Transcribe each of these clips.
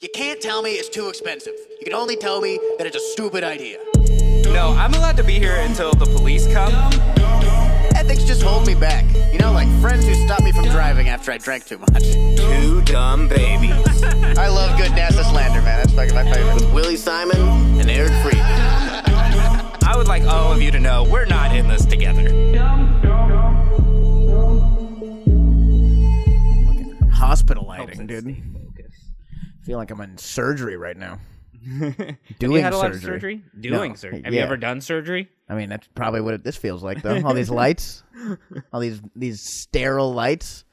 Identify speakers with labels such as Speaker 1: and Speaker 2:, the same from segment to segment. Speaker 1: You can't tell me it's too expensive. You can only tell me that it's a stupid idea.
Speaker 2: No, I'm allowed to be here until the police come.
Speaker 1: Ethics just hold me back. You know, like friends who stop me from driving after I drank too much.
Speaker 2: Two dumb babies.
Speaker 1: I love good NASA slander, man. That's fucking my favorite. With Willie Simon and Eric Fried.
Speaker 2: I would like all of you to know we're not in this together.
Speaker 1: Hospital lighting, dude. feel like I'm in surgery right now. Doing
Speaker 2: You had a lot
Speaker 1: surgery.
Speaker 2: of surgery? Doing
Speaker 1: No.
Speaker 2: surgery. Have
Speaker 1: Yeah.
Speaker 2: you ever done surgery?
Speaker 1: I mean, that's probably what it, this feels like, though. All these lights, all these these sterile lights.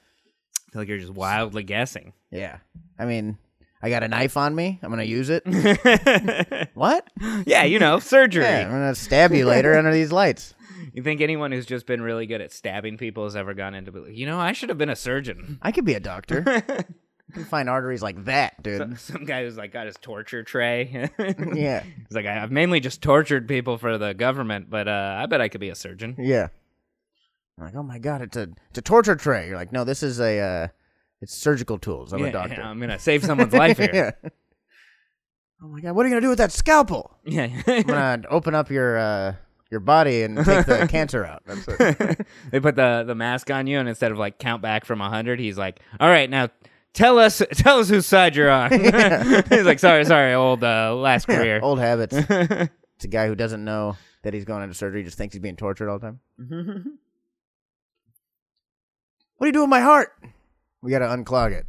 Speaker 2: I feel like you're just wildly guessing.
Speaker 1: Yeah. I mean, I got a knife on me. I'm gonna use it. what?
Speaker 2: Yeah, you know, surgery.
Speaker 1: Yeah, I'm gonna stab you later under these lights.
Speaker 2: You think anyone who's just been really good at stabbing people has ever gone into, you know, I should have been a surgeon.
Speaker 1: I could be a doctor. I can find arteries like that, dude.
Speaker 2: Some guy who's like got his torture tray. He's
Speaker 1: yeah.
Speaker 2: like, "I- I've mainly just tortured people for the government, but uh, I bet I could be a surgeon.
Speaker 1: Yeah. I'm like, oh my god, it's a it's a torture tray. You're like, no, this is a uh, it's surgical tools. I'm
Speaker 2: Yeah,
Speaker 1: a doctor.
Speaker 2: I'm gonna save someone's life here.
Speaker 1: yeah. Oh my god, what are you gonna do with that scalpel?
Speaker 2: Yeah.
Speaker 1: I'm gonna open up your uh, your body and take the cancer out. That's it.
Speaker 2: they put the, the mask on you, and instead of like count back from 100, he's like, all right, now tell us tell us whose side you're on. he's like, sorry, sorry, old uh, last career.
Speaker 1: Old habits. it's a guy who doesn't know that he's going into surgery. Just thinks he's being tortured all the time. what are you doing with my heart? We gotta unclog it.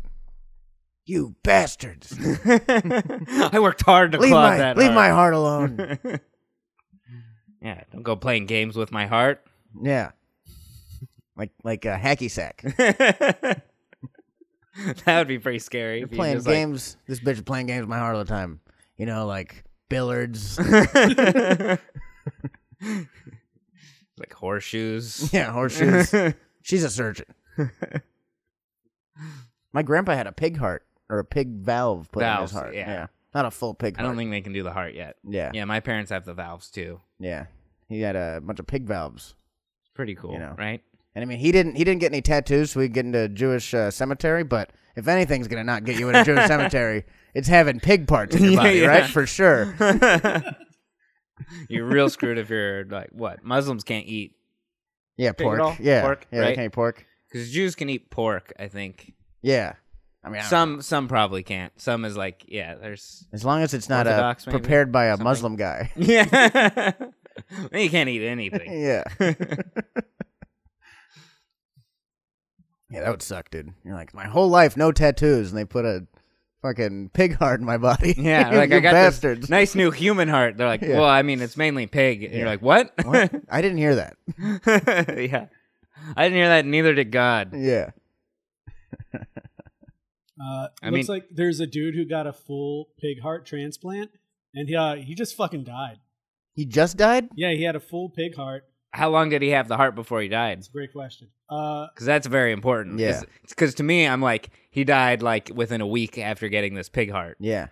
Speaker 1: You bastards! leave
Speaker 2: I worked hard to claw
Speaker 1: my
Speaker 2: that.
Speaker 1: leave
Speaker 2: hard.
Speaker 1: my heart alone.
Speaker 2: Yeah, don't go playing games with my heart.
Speaker 1: yeah. Like like a hacky sack.
Speaker 2: that would be pretty scary. if you
Speaker 1: playing
Speaker 2: just, like-
Speaker 1: games. This bitch is playing games with my heart all the time. You know, like billiards.
Speaker 2: like horseshoes.
Speaker 1: yeah, horseshoes. She's a surgeon. my grandpa had a pig heart or a pig valve put in
Speaker 2: Valves,
Speaker 1: his heart.
Speaker 2: yeah.
Speaker 1: Not a full pig
Speaker 2: I
Speaker 1: heart.
Speaker 2: don't think they can do the heart yet.
Speaker 1: Yeah.
Speaker 2: Yeah, my parents have the valves too.
Speaker 1: Yeah. He had a bunch of pig valves.
Speaker 2: It's pretty cool,
Speaker 1: You know.
Speaker 2: right?
Speaker 1: And I mean, he didn't he didn't get any tattoos, so we get into a Jewish uh, cemetery, but if anything's going to not get you in a Jewish cemetery, it's having pig parts in your
Speaker 2: Yeah,
Speaker 1: body,
Speaker 2: yeah.
Speaker 1: right? For sure.
Speaker 2: You're real screwed if you're like what? Muslims can't eat
Speaker 1: Yeah,
Speaker 2: Pig at all?
Speaker 1: pork. Yeah.
Speaker 2: Pork,
Speaker 1: yeah,
Speaker 2: right?
Speaker 1: they can't eat pork.
Speaker 2: because Jews can eat pork. I think
Speaker 1: Yeah. I mean, I don't
Speaker 2: some some probably can't. Some is like yeah, there's
Speaker 1: As long as it's not uh,
Speaker 2: Orthodox, maybe?
Speaker 1: prepared by a
Speaker 2: Something.
Speaker 1: Muslim guy.
Speaker 2: yeah. you can't eat anything.
Speaker 1: yeah. yeah, that would suck, dude. You're like, my whole life, no tattoos, and they put a fucking pig heart in my body.
Speaker 2: Yeah, like
Speaker 1: you
Speaker 2: I got
Speaker 1: bastards.
Speaker 2: this nice new human heart. They're like,
Speaker 1: Yeah.
Speaker 2: well, I mean, it's mainly pig. And You're like, what?
Speaker 1: What? I didn't hear that.
Speaker 2: yeah, I didn't hear that. Neither did God.
Speaker 1: Yeah.
Speaker 3: Uh, it
Speaker 2: I
Speaker 3: looks
Speaker 2: mean-
Speaker 3: like there's a dude who got a full pig heart transplant, and he uh, he just fucking died.
Speaker 1: He just died?
Speaker 3: Yeah, he had a full pig heart.
Speaker 2: How long did he have the heart before he died?
Speaker 3: It's a great question. Uh,
Speaker 2: Because that's very important.
Speaker 1: Yeah.
Speaker 2: Because to me, I'm like, he died like within a week after getting this pig heart.
Speaker 1: Yeah.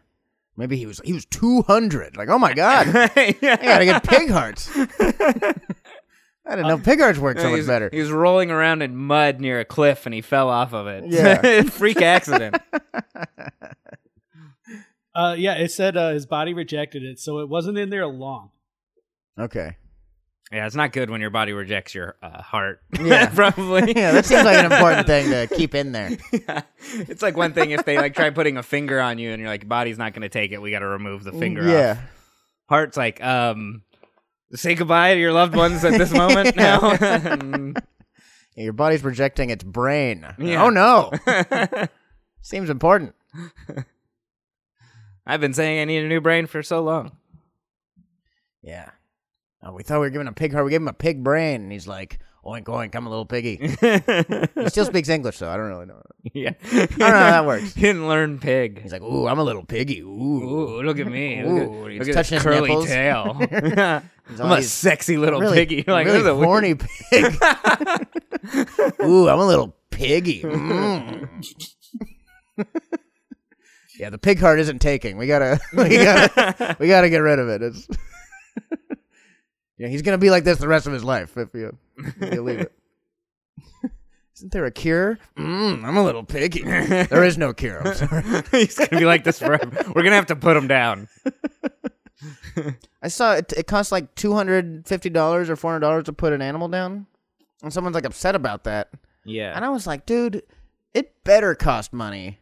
Speaker 1: Maybe he was he was 200. Like, oh my God. I
Speaker 2: yeah.
Speaker 1: got to get pig hearts. I didn't know pig hearts worked so
Speaker 2: he
Speaker 1: much
Speaker 2: was,
Speaker 1: better.
Speaker 2: he was rolling around in mud near a cliff and he fell off of it.
Speaker 1: Yeah.
Speaker 2: Freak accident.
Speaker 3: uh, yeah, it said uh, his body rejected it, so it wasn't in there long.
Speaker 1: Okay.
Speaker 2: yeah, it's not good when your body rejects your uh, heart.
Speaker 1: Yeah.
Speaker 2: Probably.
Speaker 1: Yeah, that seems like an important thing to keep in there.
Speaker 2: Yeah. It's like one thing if they like try putting a finger on you and you're like, body's not gonna take it, we gotta remove the finger
Speaker 1: yeah.
Speaker 2: off. Heart's like, um say goodbye to your loved ones at this moment now. Mm.
Speaker 1: Yeah, Your body's projecting its brain.
Speaker 2: Yeah.
Speaker 1: Oh no. Seems important.
Speaker 2: I've been saying I need a new brain for so long.
Speaker 1: Yeah. Oh, we thought we were giving him a pig heart. We gave him a pig brain. And he's like, oink, oink, I'm a little piggy. he still speaks English, though. I don't really know.
Speaker 2: Yeah.
Speaker 1: I don't know how that works.
Speaker 2: He didn't learn pig.
Speaker 1: He's like, ooh, I'm a little piggy. Ooh.
Speaker 2: Ooh, look at me.
Speaker 1: Ooh,
Speaker 2: Look at,
Speaker 1: he's
Speaker 2: look at
Speaker 1: touching his
Speaker 2: this curly
Speaker 1: nipples.
Speaker 2: tail. I'm
Speaker 1: all
Speaker 2: a
Speaker 1: these
Speaker 2: sexy little
Speaker 1: really,
Speaker 2: piggy. You're like,
Speaker 1: really
Speaker 2: this is a weird-
Speaker 1: horny pig. ooh, I'm a little piggy. Mm. yeah, the pig heart isn't taking. We gotta, we gotta, we gotta get rid of it. It's yeah, he's gonna be like this the rest of his life if you, if you leave it. Isn't there a cure? Mm, I'm a little piggy. there is no cure. I'm sorry.
Speaker 2: He's gonna be like this forever. We're gonna have to put him down.
Speaker 1: I saw it. It costs like two hundred fifty dollars or four hundred dollars to put an animal down, and someone's like upset about that.
Speaker 2: Yeah.
Speaker 1: And I was like, dude, it better cost money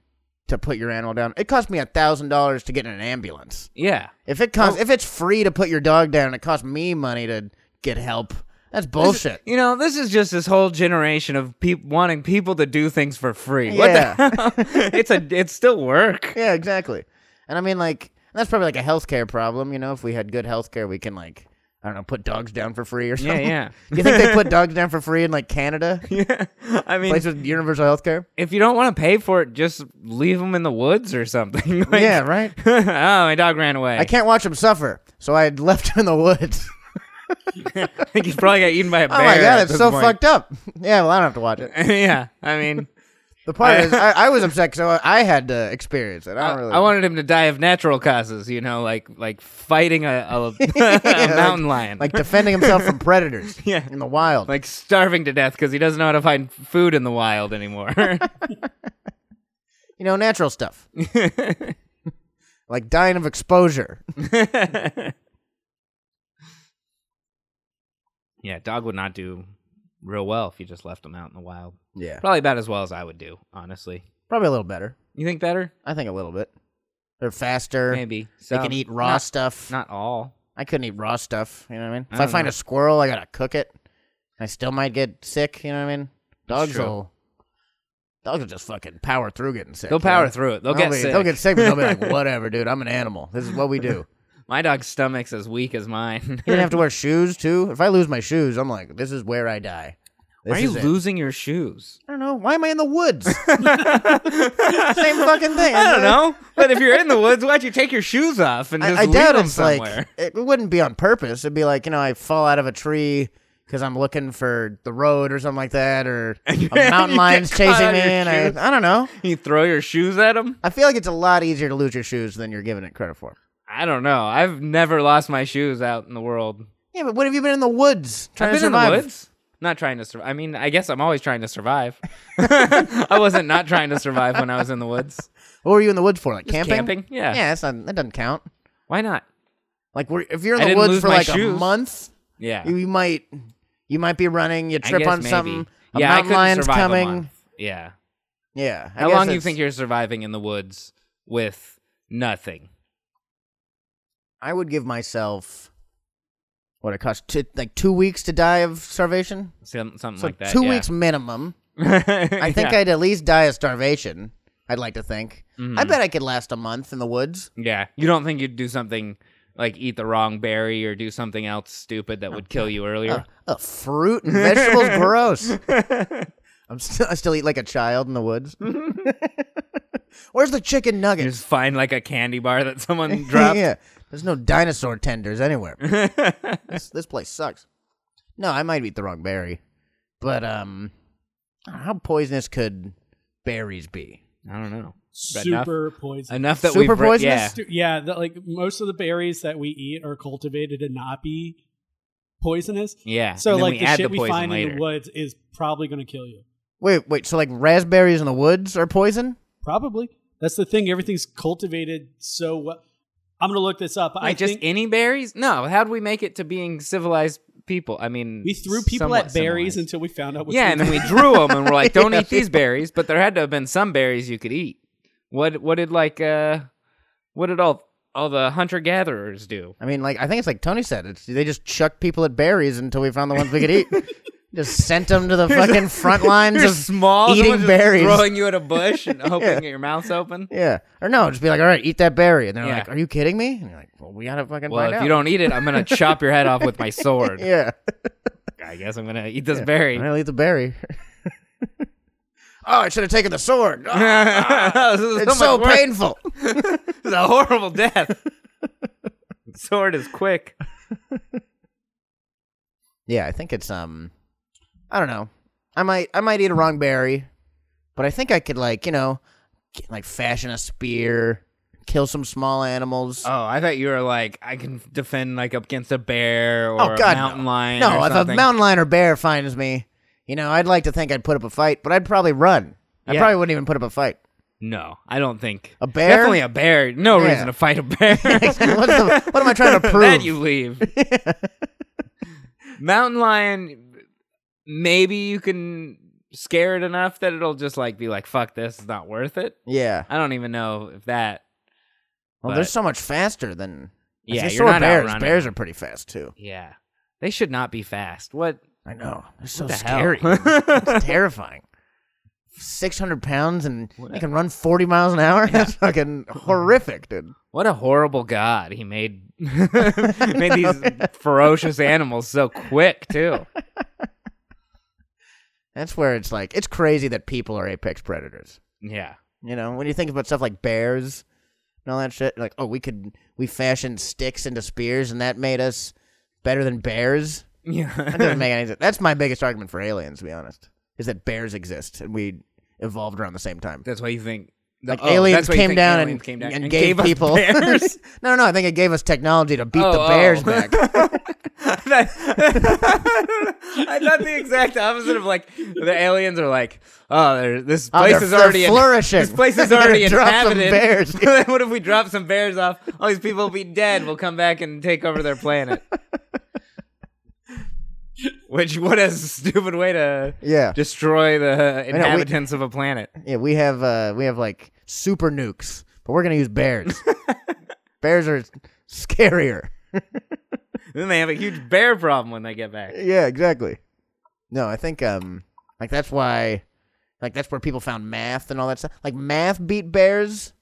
Speaker 1: to put your animal down. It cost me a thousand dollars to get in an ambulance.
Speaker 2: yeah.
Speaker 1: If it costs, if it's free to put your dog down, it costs me money to get help. That's bullshit.
Speaker 2: You know, this is just this whole generation of peop wanting people to do things for free.
Speaker 1: Yeah.
Speaker 2: What the hell? it's a it's still work.
Speaker 1: yeah, exactly. And I mean, like, that's probably like a healthcare problem. You know, if we had good healthcare, we can like, I don't know, put dogs down for free or
Speaker 2: Yeah,
Speaker 1: something.
Speaker 2: yeah.
Speaker 1: you think they put dogs down for free in like Canada,
Speaker 2: yeah. I mean,
Speaker 1: place with universal healthcare?
Speaker 2: if you don't want to pay for it, just leave them in the woods or something. Like,
Speaker 1: yeah, right.
Speaker 2: oh, my dog ran away.
Speaker 1: I can't watch him suffer, so I had left him in the woods.
Speaker 2: I think he probably got eaten by a bear.
Speaker 1: Oh my
Speaker 2: at
Speaker 1: god, it's
Speaker 2: this
Speaker 1: so
Speaker 2: point.
Speaker 1: fucked up. Yeah, well, I don't have to watch it.
Speaker 2: yeah, I mean,
Speaker 1: The part is, I, I was upset because I, I had to experience it. I
Speaker 2: I,
Speaker 1: don't really.
Speaker 2: I wanted him to die of natural causes. You know, like like fighting a, a, a mountain lion,
Speaker 1: like defending himself from predators.
Speaker 2: Yeah.
Speaker 1: in the wild.
Speaker 2: like starving to death because he doesn't know how to find food in the wild anymore.
Speaker 1: you know, natural stuff. like dying of exposure.
Speaker 2: yeah, dog would not do real well if you just left him out in the wild.
Speaker 1: Yeah,
Speaker 2: Probably about as well as I would do, honestly.
Speaker 1: probably a little better.
Speaker 2: You think better?
Speaker 1: I think a little bit. They're faster.
Speaker 2: Maybe.
Speaker 1: They
Speaker 2: Some.
Speaker 1: can eat raw
Speaker 2: Not-
Speaker 1: stuff.
Speaker 2: Not all.
Speaker 1: I couldn't eat raw stuff. You know what I mean? If
Speaker 2: I
Speaker 1: I,
Speaker 2: don't
Speaker 1: find
Speaker 2: know.
Speaker 1: a squirrel, I gotta cook it. I still might get sick. You know what I mean? Dogs
Speaker 2: true.
Speaker 1: will. Dogs will just fucking power through getting sick.
Speaker 2: They'll
Speaker 1: you know?
Speaker 2: power through it. They'll get
Speaker 1: be,
Speaker 2: sick.
Speaker 1: They'll get sick, but they'll be like, "Whatever, dude. I'm an animal. This is what we do."
Speaker 2: My dog's stomach's as weak as mine.
Speaker 1: You didn't have to wear shoes too. If I lose my shoes, I'm like, "This is where I die." This
Speaker 2: Why are you
Speaker 1: is it.
Speaker 2: losing your shoes?
Speaker 1: I don't know. Why am I in the woods? Same fucking thing.
Speaker 2: I don't know. But if you're in the woods, why'd you take your shoes off and
Speaker 1: I,
Speaker 2: just
Speaker 1: I
Speaker 2: leave
Speaker 1: doubt
Speaker 2: them
Speaker 1: it's
Speaker 2: somewhere?
Speaker 1: like it wouldn't be on purpose. It'd be like you know, I fall out of a tree because I'm looking for the road or something like that, or
Speaker 2: you-
Speaker 1: a
Speaker 2: and you
Speaker 1: mountain lion's
Speaker 2: get caught
Speaker 1: chasing
Speaker 2: on
Speaker 1: me,
Speaker 2: your
Speaker 1: and
Speaker 2: shoes.
Speaker 1: I, I don't know.
Speaker 2: you throw your shoes at them?
Speaker 1: I feel like it's a lot easier to lose your shoes than you're giving it credit for.
Speaker 2: I don't know. I've never lost my shoes out in the world.
Speaker 1: Yeah, but what have you been in the woods trying
Speaker 2: I've been
Speaker 1: to survive?
Speaker 2: in the woods. Not trying to survive. I mean, I guess I'm always trying to survive. I wasn't not trying to survive when I was in the woods.
Speaker 1: What were you in the woods for? Like camping?
Speaker 2: Camping? Yeah.
Speaker 1: Yeah, that's not, that doesn't count.
Speaker 2: Why not?
Speaker 1: Like we're, if you're in
Speaker 2: I
Speaker 1: the
Speaker 2: didn't
Speaker 1: woods
Speaker 2: lose
Speaker 1: for
Speaker 2: my
Speaker 1: like
Speaker 2: shoes.
Speaker 1: a month,
Speaker 2: Yeah.
Speaker 1: you, you might you might be running, you
Speaker 2: I
Speaker 1: trip
Speaker 2: guess
Speaker 1: on
Speaker 2: maybe.
Speaker 1: something. A
Speaker 2: yeah, I
Speaker 1: mountain
Speaker 2: couldn't
Speaker 1: lion's
Speaker 2: survive a
Speaker 1: coming.
Speaker 2: month. Yeah.
Speaker 1: Yeah. I
Speaker 2: How
Speaker 1: guess
Speaker 2: long do you
Speaker 1: it's-
Speaker 2: think you're surviving in the woods with nothing?
Speaker 1: I would give myself what it costs two, like two weeks to die of starvation.
Speaker 2: Some, something
Speaker 1: So
Speaker 2: like that.
Speaker 1: two
Speaker 2: yeah.
Speaker 1: weeks minimum. I
Speaker 2: I
Speaker 1: think
Speaker 2: yeah.
Speaker 1: I'd at least die of starvation. I'd like to think. I
Speaker 2: Mhm.
Speaker 1: bet I could last a month in the woods.
Speaker 2: Yeah. You don't think you'd do something like eat the wrong berry or do something else stupid that would kill you earlier?
Speaker 1: Uh, fruit and vegetables, gross. I'm still I still eat like a child in the woods. Where's the chicken
Speaker 2: You
Speaker 1: nuggets?
Speaker 2: just find like a candy bar that someone dropped.
Speaker 1: yeah, there's no dinosaur tenders anywhere. this this place sucks. No, I might eat the wrong berry, but um, how poisonous could berries be?
Speaker 2: I don't know. But enough-
Speaker 3: Super poison.
Speaker 2: Enough that
Speaker 1: Super
Speaker 2: we've re-
Speaker 1: poisonous?
Speaker 2: yeah.
Speaker 3: Stu- Yeah, the, like most of the berries that we eat are cultivated to not be poisonous.
Speaker 2: Yeah.
Speaker 3: So
Speaker 2: and then
Speaker 3: like
Speaker 2: we
Speaker 3: the
Speaker 2: add
Speaker 3: shit
Speaker 2: the
Speaker 3: we
Speaker 2: poison
Speaker 3: find
Speaker 2: later.
Speaker 3: in the woods is probably going to kill you.
Speaker 1: Wait, wait. So like raspberries in the woods are poison?
Speaker 3: Probably. That's the thing. Everything's cultivated so well. I'm going to look this up. I
Speaker 2: Wait, just
Speaker 3: think
Speaker 2: any berries? No. How do we make it to being civilized people? I mean,
Speaker 3: we threw people
Speaker 2: somewhat
Speaker 3: at berries
Speaker 2: civilized.
Speaker 3: until we found out. Which
Speaker 2: yeah, and
Speaker 3: ones-
Speaker 2: then we drew them, and we're like, "Don't eat these berries." But there had to have been some berries you could eat. What? What did like? uh What did all all the hunter gatherers do?
Speaker 1: I mean, like I think it's like Tony said. It's they just chucked people at berries until we found the ones we could eat. just sent them to the fucking front lines
Speaker 2: You're
Speaker 1: of
Speaker 2: small, someone's
Speaker 1: eating
Speaker 2: just
Speaker 1: berries.
Speaker 2: throwing you at a bush and hoping that your mouth's open.
Speaker 1: Yeah, or no, just be like, all right, eat that berry, and they're
Speaker 2: Yeah.
Speaker 1: like, are you kidding me? And you're like, well, we gotta fucking
Speaker 2: Well,
Speaker 1: find
Speaker 2: if
Speaker 1: out.
Speaker 2: you don't eat it, I'm gonna chop your head off with my sword.
Speaker 1: yeah,
Speaker 2: I guess I'm gonna eat this
Speaker 1: I'm
Speaker 2: berry.
Speaker 1: gonna eat the berry. oh, I should have taken the sword. Ah,
Speaker 2: this is
Speaker 1: it's so
Speaker 2: so, much work.
Speaker 1: painful.
Speaker 2: This is a horrible death. Sword is quick.
Speaker 1: Yeah, I think it's um, I don't know. I might I might eat a wrong berry, but I think I could like you know, get, like fashion a spear, kill some small animals.
Speaker 2: Oh, I thought you were like I can defend like up against a bear or
Speaker 1: Oh, God,
Speaker 2: a mountain
Speaker 1: no.
Speaker 2: lion.
Speaker 1: no,
Speaker 2: or
Speaker 1: if a
Speaker 2: something.
Speaker 1: mountain lion or bear finds me, You know, I'd like to think I'd put up a fight, but I'd probably run. I
Speaker 2: Yeah.
Speaker 1: probably wouldn't even put up a fight.
Speaker 2: No, I don't think
Speaker 1: A bear?
Speaker 2: Definitely a bear. No
Speaker 1: Yeah.
Speaker 2: reason to fight a bear.
Speaker 1: What's the- what am I trying to prove?
Speaker 2: that you leave. Mountain lion. Maybe you can scare it enough that it'll just like be like, "Fuck this, it's not worth it."
Speaker 1: yeah.
Speaker 2: I don't even know if that.
Speaker 1: Well,
Speaker 2: but-
Speaker 1: they're so much faster than
Speaker 2: Yeah,
Speaker 1: I see so
Speaker 2: you're
Speaker 1: are
Speaker 2: not
Speaker 1: bears.
Speaker 2: outrunning.
Speaker 1: Bears are pretty fast too.
Speaker 2: Yeah, they should not be fast. What?
Speaker 1: I know. They're so
Speaker 2: What the
Speaker 1: scary.
Speaker 2: hell?
Speaker 1: it's terrifying. Six hundred pounds and they can run forty miles an hour. That's fucking horrific, dude.
Speaker 2: What a horrible god he made! made these ferocious animals so quick too.
Speaker 1: That's where it's like it's crazy that people are apex predators.
Speaker 2: Yeah.
Speaker 1: You know, when you think about stuff like bears and all that shit, like oh, we could we fashioned sticks into spears and that made us better than bears. That
Speaker 2: Yeah.
Speaker 1: doesn't make any sense. That's my biggest argument for aliens, to be honest, is that bears exist and we evolved around the same time.
Speaker 2: That's why you think
Speaker 1: Like
Speaker 2: oh,
Speaker 1: aliens,
Speaker 2: that's why you
Speaker 1: came
Speaker 2: think
Speaker 1: down
Speaker 2: aliens
Speaker 1: and,
Speaker 2: came down
Speaker 1: and, gave,
Speaker 2: us
Speaker 1: people.
Speaker 2: bears?
Speaker 1: no, no, I think it gave us technology to beat the
Speaker 2: Oh,
Speaker 1: bears
Speaker 2: oh.
Speaker 1: back.
Speaker 2: I thought the exact opposite of like the aliens are like, oh, there- this
Speaker 1: Oh,
Speaker 2: place
Speaker 1: they're-
Speaker 2: is
Speaker 1: they're
Speaker 2: already in-
Speaker 1: flourishing.
Speaker 2: this place is
Speaker 1: They're
Speaker 2: already
Speaker 1: gonna drop some
Speaker 2: inhabited.
Speaker 1: bears.
Speaker 2: what if we drop some bears off? All these people will be dead. We'll come back and take over their planet. Which what a stupid way to
Speaker 1: Yeah.
Speaker 2: destroy the
Speaker 1: we-
Speaker 2: inhabitants of a planet.
Speaker 1: Yeah, we have uh, we have like super nukes, but we're gonna use bears. bears are scarier.
Speaker 2: Then they have a huge bear problem when they get back.
Speaker 1: Yeah, exactly. No, I think um like that's why like that's where people found math and all that stuff. Like math beat bears.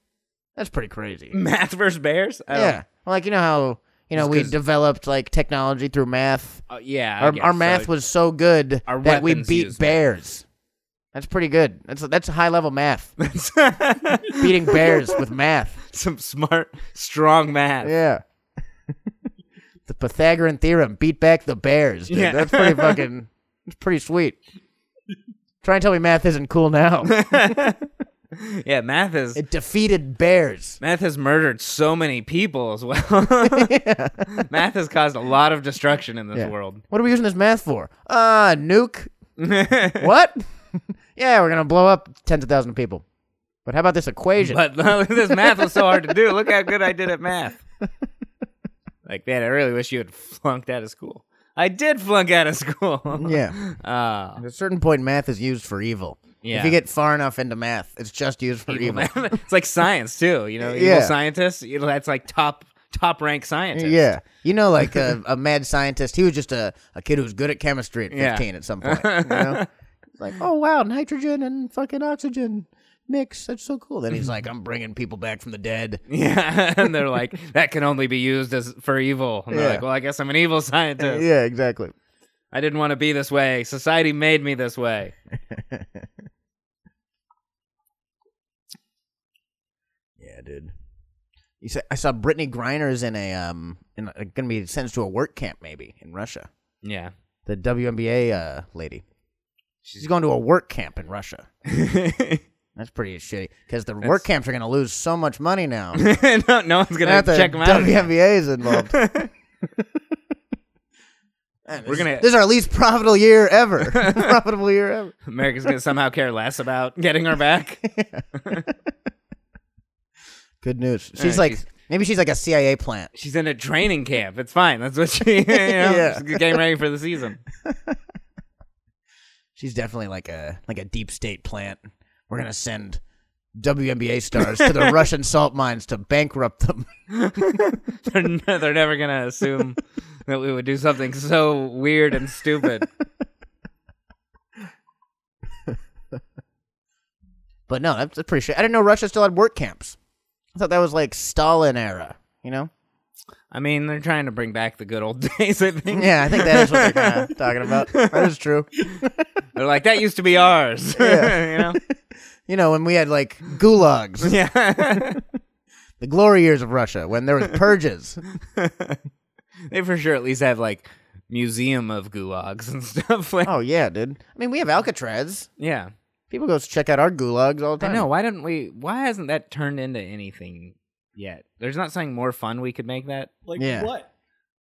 Speaker 1: That's pretty crazy.
Speaker 2: Math versus bears? I don't-
Speaker 1: Yeah. Like you know how you know
Speaker 2: Mm. Just
Speaker 1: we
Speaker 2: 'cause-
Speaker 1: developed like technology through math.
Speaker 2: Uh, yeah. I
Speaker 1: Our,
Speaker 2: guess
Speaker 1: our
Speaker 2: so.
Speaker 1: math was so good
Speaker 2: Our
Speaker 1: that we
Speaker 2: weapons
Speaker 1: beat
Speaker 2: used
Speaker 1: bears. That's pretty good. That's that's high level math. Beating bears with math.
Speaker 2: some smart, strong math.
Speaker 1: Yeah. the Pythagorean theorem beat back the bears. Dude.
Speaker 2: Yeah.
Speaker 1: That's pretty fucking. It's pretty sweet. Try and tell me math isn't cool now.
Speaker 2: Yeah, math is
Speaker 1: It defeated bears.
Speaker 2: math has murdered so many people as well. Math has caused a lot of destruction in this
Speaker 1: Yeah.
Speaker 2: world.
Speaker 1: What are we using this math for? Uh, nuke. what? yeah, we're gonna blow up tens of thousands of people. But how about this equation?
Speaker 2: But this math was so hard to do. Look how good I did at math. Like, man, I really wish you had flunked out of school. I did flunk out of school.
Speaker 1: yeah.
Speaker 2: Uh,
Speaker 1: At a certain point, math is used for evil.
Speaker 2: Yeah.
Speaker 1: If you get far enough into math, it's just used for evil.
Speaker 2: it's like science too, you know. Evil
Speaker 1: Yeah.
Speaker 2: scientists, you know, that's like top top rank scientists.
Speaker 1: Yeah. You know, like a, a mad scientist, he was just a, a kid who was good at chemistry at
Speaker 2: Yeah.
Speaker 1: 15 at some point. You know? like, oh, wow, nitrogen and fucking oxygen mix. That's so cool. Then he's like, I'm bringing people back from the dead.
Speaker 2: Yeah, and they're like, that can only be used as for evil. And they're
Speaker 1: Yeah.
Speaker 2: like, well, I guess I'm an evil scientist.
Speaker 1: exactly.
Speaker 2: I didn't want to be this way. Society made me this way.
Speaker 1: Yeah, dude. You said I saw Brittany Griner's in a um in a, gonna be sentenced to a work camp maybe in Russia.
Speaker 2: Yeah,
Speaker 1: The WNBA uh, lady. She's going to a work camp in Russia. That's pretty shitty because the work camps are gonna lose so much money now.
Speaker 2: no, no one's gonna
Speaker 1: Not that
Speaker 2: check them out.
Speaker 1: WNBA is involved.
Speaker 2: We're gonna
Speaker 1: This is our least profitable year ever. profitable year ever.
Speaker 2: America's gonna somehow care less about getting her back.
Speaker 1: Good news. She's
Speaker 2: Yeah,
Speaker 1: like
Speaker 2: she's-
Speaker 1: maybe she's like a CIA plant.
Speaker 2: She's in a training camp. It's fine. That's what she. You know,
Speaker 1: Yeah.
Speaker 2: She's getting ready for the season.
Speaker 1: She's definitely like a like a deep state plant. We're gonna send WNBA stars to the Russian salt mines to bankrupt them.
Speaker 2: They're, n- they're never gonna assume that we would do something so weird and stupid.
Speaker 1: But no, that's, that's pretty shit. I didn't know Russia still had work camps. I thought that was like Stalin era. You know?
Speaker 2: I mean, they're trying to bring back the good old days. I think.
Speaker 1: Yeah, I think that is what they're kind of talking about. That is true.
Speaker 2: They're like, that used to be ours. you know?
Speaker 1: You know, when we had like gulags,
Speaker 2: Yeah.
Speaker 1: the glory years of Russia, when there was purges.
Speaker 2: they for sure at least have like museum of gulags and stuff. Like,
Speaker 1: Oh yeah, dude. I mean, we have Alcatraz.
Speaker 2: yeah.
Speaker 1: People go check out our gulags all the
Speaker 2: I
Speaker 1: time.
Speaker 2: know. Why didn't we? Why hasn't that turned into anything yet? There's not something more fun we could make that.
Speaker 3: Like
Speaker 1: Yeah.
Speaker 3: what?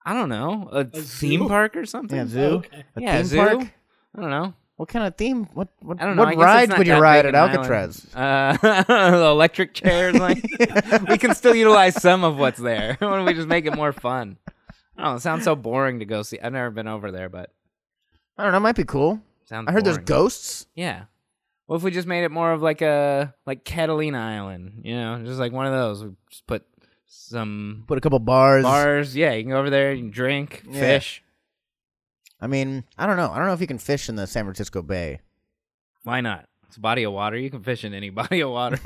Speaker 2: I don't know. A, theme
Speaker 3: zoo?
Speaker 2: park or something?
Speaker 1: Yeah, zoo.
Speaker 3: Okay.
Speaker 1: A
Speaker 2: Yeah,
Speaker 1: theme
Speaker 2: zoo.
Speaker 1: park?
Speaker 2: I don't know.
Speaker 1: What kind of theme? What what,
Speaker 2: I don't know. I
Speaker 1: what
Speaker 2: guess it's
Speaker 1: rides
Speaker 2: not
Speaker 1: would you
Speaker 2: that
Speaker 1: ride
Speaker 2: big
Speaker 1: at
Speaker 2: an island.
Speaker 1: Alcatraz?
Speaker 2: Uh, the electric chairs. Like we can still utilize some of what's there. Why don't we just make it more fun? I don't know. It sounds so boring to go see. I've never been over there, but
Speaker 1: I don't know. It might be cool.
Speaker 2: it sounds.
Speaker 1: I heard there's
Speaker 2: boring.
Speaker 1: ghosts.
Speaker 2: Yeah. What if we just made it more of like a like Catalina Island? You know, just like one of those. We just put some
Speaker 1: Put a couple bars.
Speaker 2: bars. Yeah, you can go over there and drink,
Speaker 1: Yeah.
Speaker 2: fish.
Speaker 1: I mean, I don't know. I don't know if you can fish in the San Francisco Bay.
Speaker 2: Why not? It's a body of water. You can fish in any body of water.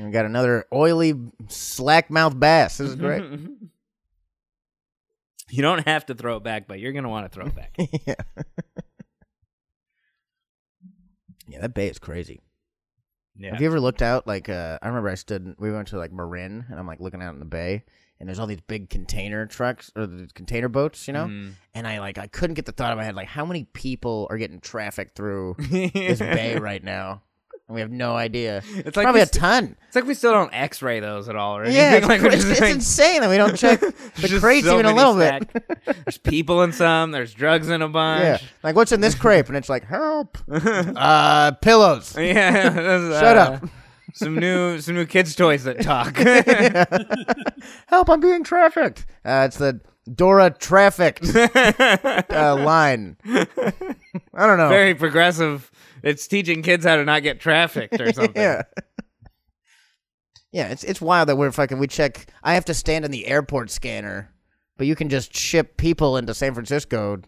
Speaker 1: And we got another oily slack mouth bass. This is great.
Speaker 2: you don't have to throw it back, but you're gonna want to throw it back.
Speaker 1: yeah. Yeah, that bay is crazy.
Speaker 2: Yeah.
Speaker 1: Have you ever looked out like uh I remember I stood we went to like Marin and I'm like looking out in the bay and there's all these big container trucks or the container boats, you know?
Speaker 2: Mm.
Speaker 1: And I like I couldn't get the thought in my head like how many people are getting traffic through this bay right now? And we have no idea.
Speaker 2: It's like
Speaker 1: Probably
Speaker 2: we
Speaker 1: a
Speaker 2: st-
Speaker 1: ton.
Speaker 2: it's like we still don't X-ray those at all, or
Speaker 1: Yeah,
Speaker 2: anything.
Speaker 1: it's,
Speaker 2: like we're
Speaker 1: cra- it's
Speaker 2: just like-
Speaker 1: insane that we don't check the
Speaker 2: Just
Speaker 1: crates
Speaker 2: so
Speaker 1: even a
Speaker 2: many
Speaker 1: little bit.
Speaker 2: stacked. There's people in some. There's drugs in a
Speaker 1: Yeah,
Speaker 2: bunch.
Speaker 1: like what's in this crepe? And it's like help, uh, pillows.
Speaker 2: Yeah. there's,
Speaker 1: Shut
Speaker 2: uh,
Speaker 1: up.
Speaker 2: some new some new kids toys that talk.
Speaker 1: help, I'm being trafficked. Uh, it's the Dora trafficked uh, line. I don't know.
Speaker 2: Very progressive. It's teaching kids how to not get trafficked or something.
Speaker 1: yeah. Yeah, it's it's wild that we're fucking. We check. I have to stand in the airport scanner, but you can just ship people into San Francisco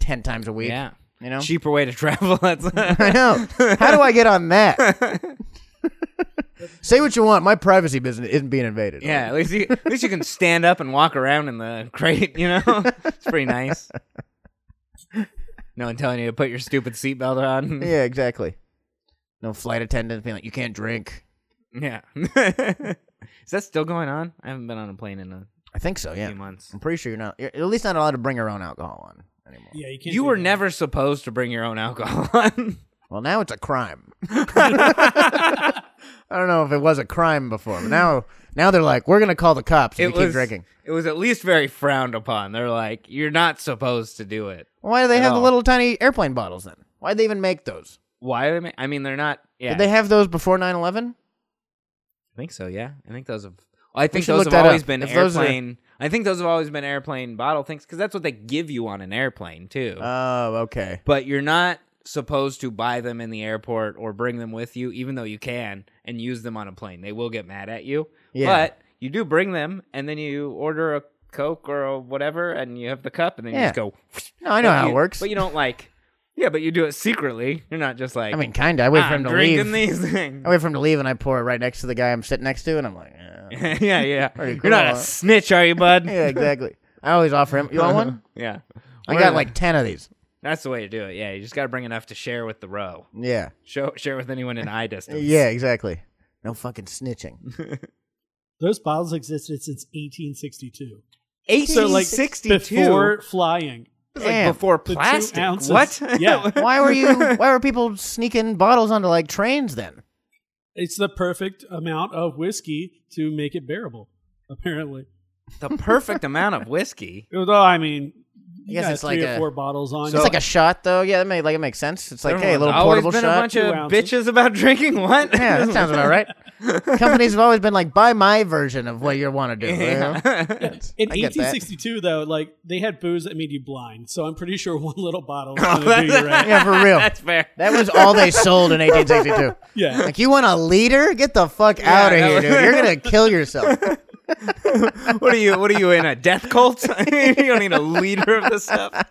Speaker 1: ten times a week.
Speaker 2: Yeah.
Speaker 1: you know.
Speaker 2: Cheaper way to travel. That's
Speaker 1: I know. How do I get on that? Say what you want. My privacy business isn't being invaded.
Speaker 2: yeah. At least you at least you can stand up and walk around in the crate. You know, it's pretty nice. No one telling you to put your stupid seatbelt on.
Speaker 1: Yeah, exactly. No flight attendants being like, you can't drink.
Speaker 2: Yeah. Is that still going on? I haven't been on a plane in a
Speaker 1: I think so. Yeah,
Speaker 2: few months.
Speaker 1: I'm pretty sure you're not. You're at least not allowed to bring your own alcohol on anymore.
Speaker 3: Yeah, you can't.
Speaker 2: You
Speaker 3: do
Speaker 2: were
Speaker 3: that.
Speaker 2: never supposed to bring your own alcohol on.
Speaker 1: Well, now it's a crime. I don't know if it was a crime before, but now now they're like, we're gonna call the cops if you keep drinking.
Speaker 2: It was at least very frowned upon. They're like, you're not supposed to do it.
Speaker 1: Well, why do they have the
Speaker 2: all.
Speaker 1: little tiny airplane bottles then? Why would they even make those?
Speaker 2: Why? Are they ma- I mean, they're not. Yeah,
Speaker 1: Did they have those before 9-11?
Speaker 2: I think so. Yeah, I think those have. I think
Speaker 1: should
Speaker 2: those
Speaker 1: look
Speaker 2: have
Speaker 1: that
Speaker 2: always
Speaker 1: up.
Speaker 2: been
Speaker 1: If those are-
Speaker 2: airplane. I think those have always been airplane bottle things because that's what they give you on an airplane too.
Speaker 1: Oh, okay.
Speaker 2: but you're not supposed to buy them in the airport or bring them with you, even though you can and use them on a plane. They will get mad at you.
Speaker 1: Yeah.
Speaker 2: But you do bring them, and then you order a Coke or a whatever, and you have the cup, and then
Speaker 1: Yeah.
Speaker 2: you just go.
Speaker 1: No, I know
Speaker 2: But
Speaker 1: how
Speaker 2: you-
Speaker 1: it works.
Speaker 2: But you don't like. Yeah, but you do it secretly. You're not just like. "Ah,
Speaker 1: I mean, kinda. I wait for him
Speaker 2: I'm
Speaker 1: to leave. Oh,
Speaker 2: drinking these things.
Speaker 1: I wait for him to leave, and I pour it right next to the guy I'm sitting next to, and I'm like, eh.
Speaker 2: yeah, yeah.
Speaker 1: Pretty
Speaker 2: You're not
Speaker 1: cool, huh?
Speaker 2: a snitch, are you, bud?
Speaker 1: yeah, exactly. I always offer him. You want one?
Speaker 2: yeah.
Speaker 1: I got like ten of these.
Speaker 2: That's the way to do it. Yeah, you just got to bring enough to share with the row.
Speaker 1: Yeah,
Speaker 2: Show share with anyone in eye distance.
Speaker 1: yeah, exactly. No fucking snitching.
Speaker 3: Those bottles existed since 1862. So like
Speaker 2: 1862
Speaker 3: before flying.
Speaker 2: It was, like,
Speaker 1: Damn.
Speaker 2: before
Speaker 3: The two
Speaker 2: plastic.
Speaker 3: ounces.
Speaker 2: What?
Speaker 3: Yeah.
Speaker 1: Why were you? Why were people sneaking bottles onto like trains then?
Speaker 3: It's the perfect amount of whiskey to make it bearable. Apparently,
Speaker 2: the perfect amount of whiskey.
Speaker 3: although I mean,
Speaker 1: I
Speaker 3: you
Speaker 1: guess
Speaker 3: got
Speaker 1: it's
Speaker 3: three
Speaker 1: like
Speaker 3: or
Speaker 1: a-
Speaker 3: four bottles on.
Speaker 1: it's like a shot though. Yeah, that may, like it makes sense. It's like hey, a
Speaker 2: Everyone's
Speaker 1: little
Speaker 2: always
Speaker 1: portable
Speaker 2: been
Speaker 1: shot.
Speaker 2: a bunch
Speaker 3: Two
Speaker 2: of
Speaker 3: ounces.
Speaker 2: bitches about drinking. What?
Speaker 1: yeah, that sounds about right. Companies have always been like, buy my version of what you want to do. you know?
Speaker 3: in
Speaker 1: I get that.
Speaker 3: 1862, though, like they had booze that made you blind, so I'm pretty sure one little bottle is
Speaker 2: Oh,
Speaker 3: going to do you right.
Speaker 1: Yeah, for real.
Speaker 2: That's fair.
Speaker 1: That was all they sold in 1862.
Speaker 3: Yeah,
Speaker 1: Like, you want a liter? Get the fuck
Speaker 2: Yeah,
Speaker 1: out of
Speaker 2: that
Speaker 1: here,
Speaker 2: was-
Speaker 1: dude. You're gonna kill yourself.
Speaker 2: what are you? What are you in a death cult? you don't need a leader of this stuff.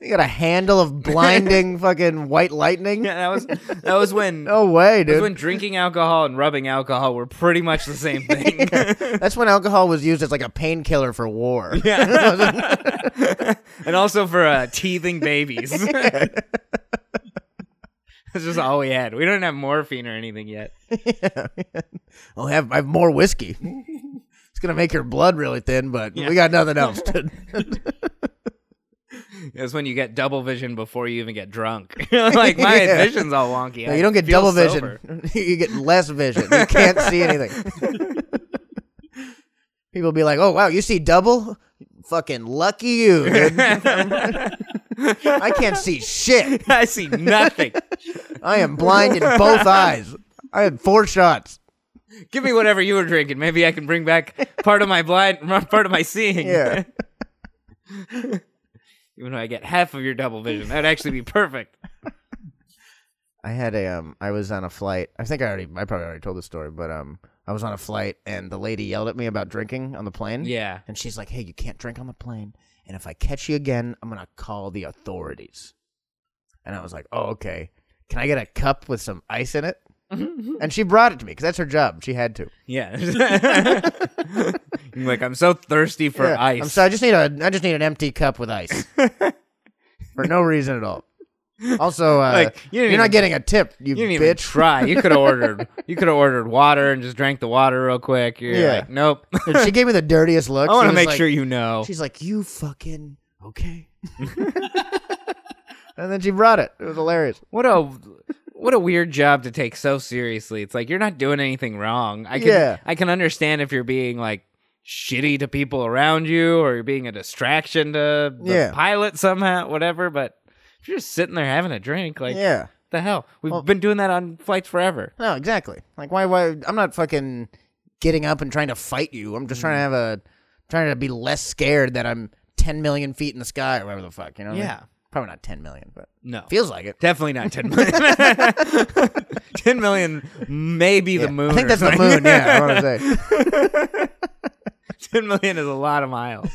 Speaker 1: You got a handle of blinding fucking white lightning.
Speaker 2: Yeah, that was that was when that
Speaker 1: No way,
Speaker 2: was
Speaker 1: Oh, dude.
Speaker 2: when drinking alcohol and rubbing alcohol were pretty much the same thing.
Speaker 1: That's when alcohol was used as like a painkiller for war.
Speaker 2: and also for uh, teething babies. That's just all we had. We don't have morphine or anything yet.
Speaker 1: I'll have I have more whiskey. It's gonna make your blood really thin, but we got nothing else. dude.
Speaker 2: That's when you get double vision before you even get drunk. like my
Speaker 1: Yeah.
Speaker 2: vision's all wonky.
Speaker 1: No,
Speaker 2: I
Speaker 1: you don't get
Speaker 2: feel
Speaker 1: double
Speaker 2: sober.
Speaker 1: vision. you get less vision. You can't see anything. People be like, "Oh wow, you see double? Fucking lucky you." Dude. I can't see shit.
Speaker 2: I see nothing.
Speaker 1: I am blind in both eyes. I had four shots.
Speaker 2: Give me whatever you were drinking. Maybe I can bring back part of my blind, part of my seeing.
Speaker 1: Yeah.
Speaker 2: Even though I get half of your double vision, that'd actually be perfect.
Speaker 1: I had a um I was on a flight. I think I already I probably already told this story, but um I was on a flight and the lady yelled at me about drinking on the plane.
Speaker 2: Yeah.
Speaker 1: And she's like, "Hey, you can't drink on the plane. And if I catch you again, I'm going to call the authorities." And I was like, "Oh, okay. Can I get a cup with some ice in it?" and she brought it to me cuz that's her job. She had to.
Speaker 2: Yeah. You're like I'm so thirsty for
Speaker 1: Yeah.
Speaker 2: ice.
Speaker 1: I'm sorry. I just need a I just need an empty cup with ice. For no reason at all. Also, uh,
Speaker 2: Like, you
Speaker 1: you are
Speaker 2: didn't even-
Speaker 1: not getting a tip, you,
Speaker 2: You didn't
Speaker 1: bitch.
Speaker 2: even try. You could have ordered. You could have ordered water and just drank the water real quick. You're
Speaker 1: Yeah.
Speaker 2: like, nope. I
Speaker 1: And she gave me the dirtiest look.
Speaker 2: want
Speaker 1: She
Speaker 2: to
Speaker 1: was
Speaker 2: make
Speaker 1: like-
Speaker 2: sure you know.
Speaker 1: She's like, "You fucking okay." and then she brought it. It was hilarious.
Speaker 2: What a what a weird job to take so seriously. It's like you're not doing anything wrong. I can
Speaker 1: Yeah.
Speaker 2: I can understand if you're being like shitty to people around you or you're being a distraction to the
Speaker 1: Yeah.
Speaker 2: pilot somehow, whatever, but if you're just sitting there having a drink, like what
Speaker 1: yeah.
Speaker 2: the hell? We've
Speaker 1: Well-
Speaker 2: been doing that on flights forever.
Speaker 1: No, exactly. Like, why? Why? I'm not fucking getting up and trying to fight you. I'm just trying
Speaker 2: Mm.
Speaker 1: to have a trying to be less scared that I'm 10 million feet in the sky or whatever the fuck. You know? what I mean?
Speaker 2: Yeah.
Speaker 1: Probably not 10 million, but
Speaker 2: No.
Speaker 1: feels like it.
Speaker 2: Definitely not 10 million. 10 million may be the
Speaker 1: Yeah.
Speaker 2: moon.
Speaker 1: I think
Speaker 2: or
Speaker 1: that's the
Speaker 2: something.
Speaker 1: moon. Yeah, I want to say.
Speaker 2: 10 million is a lot of miles.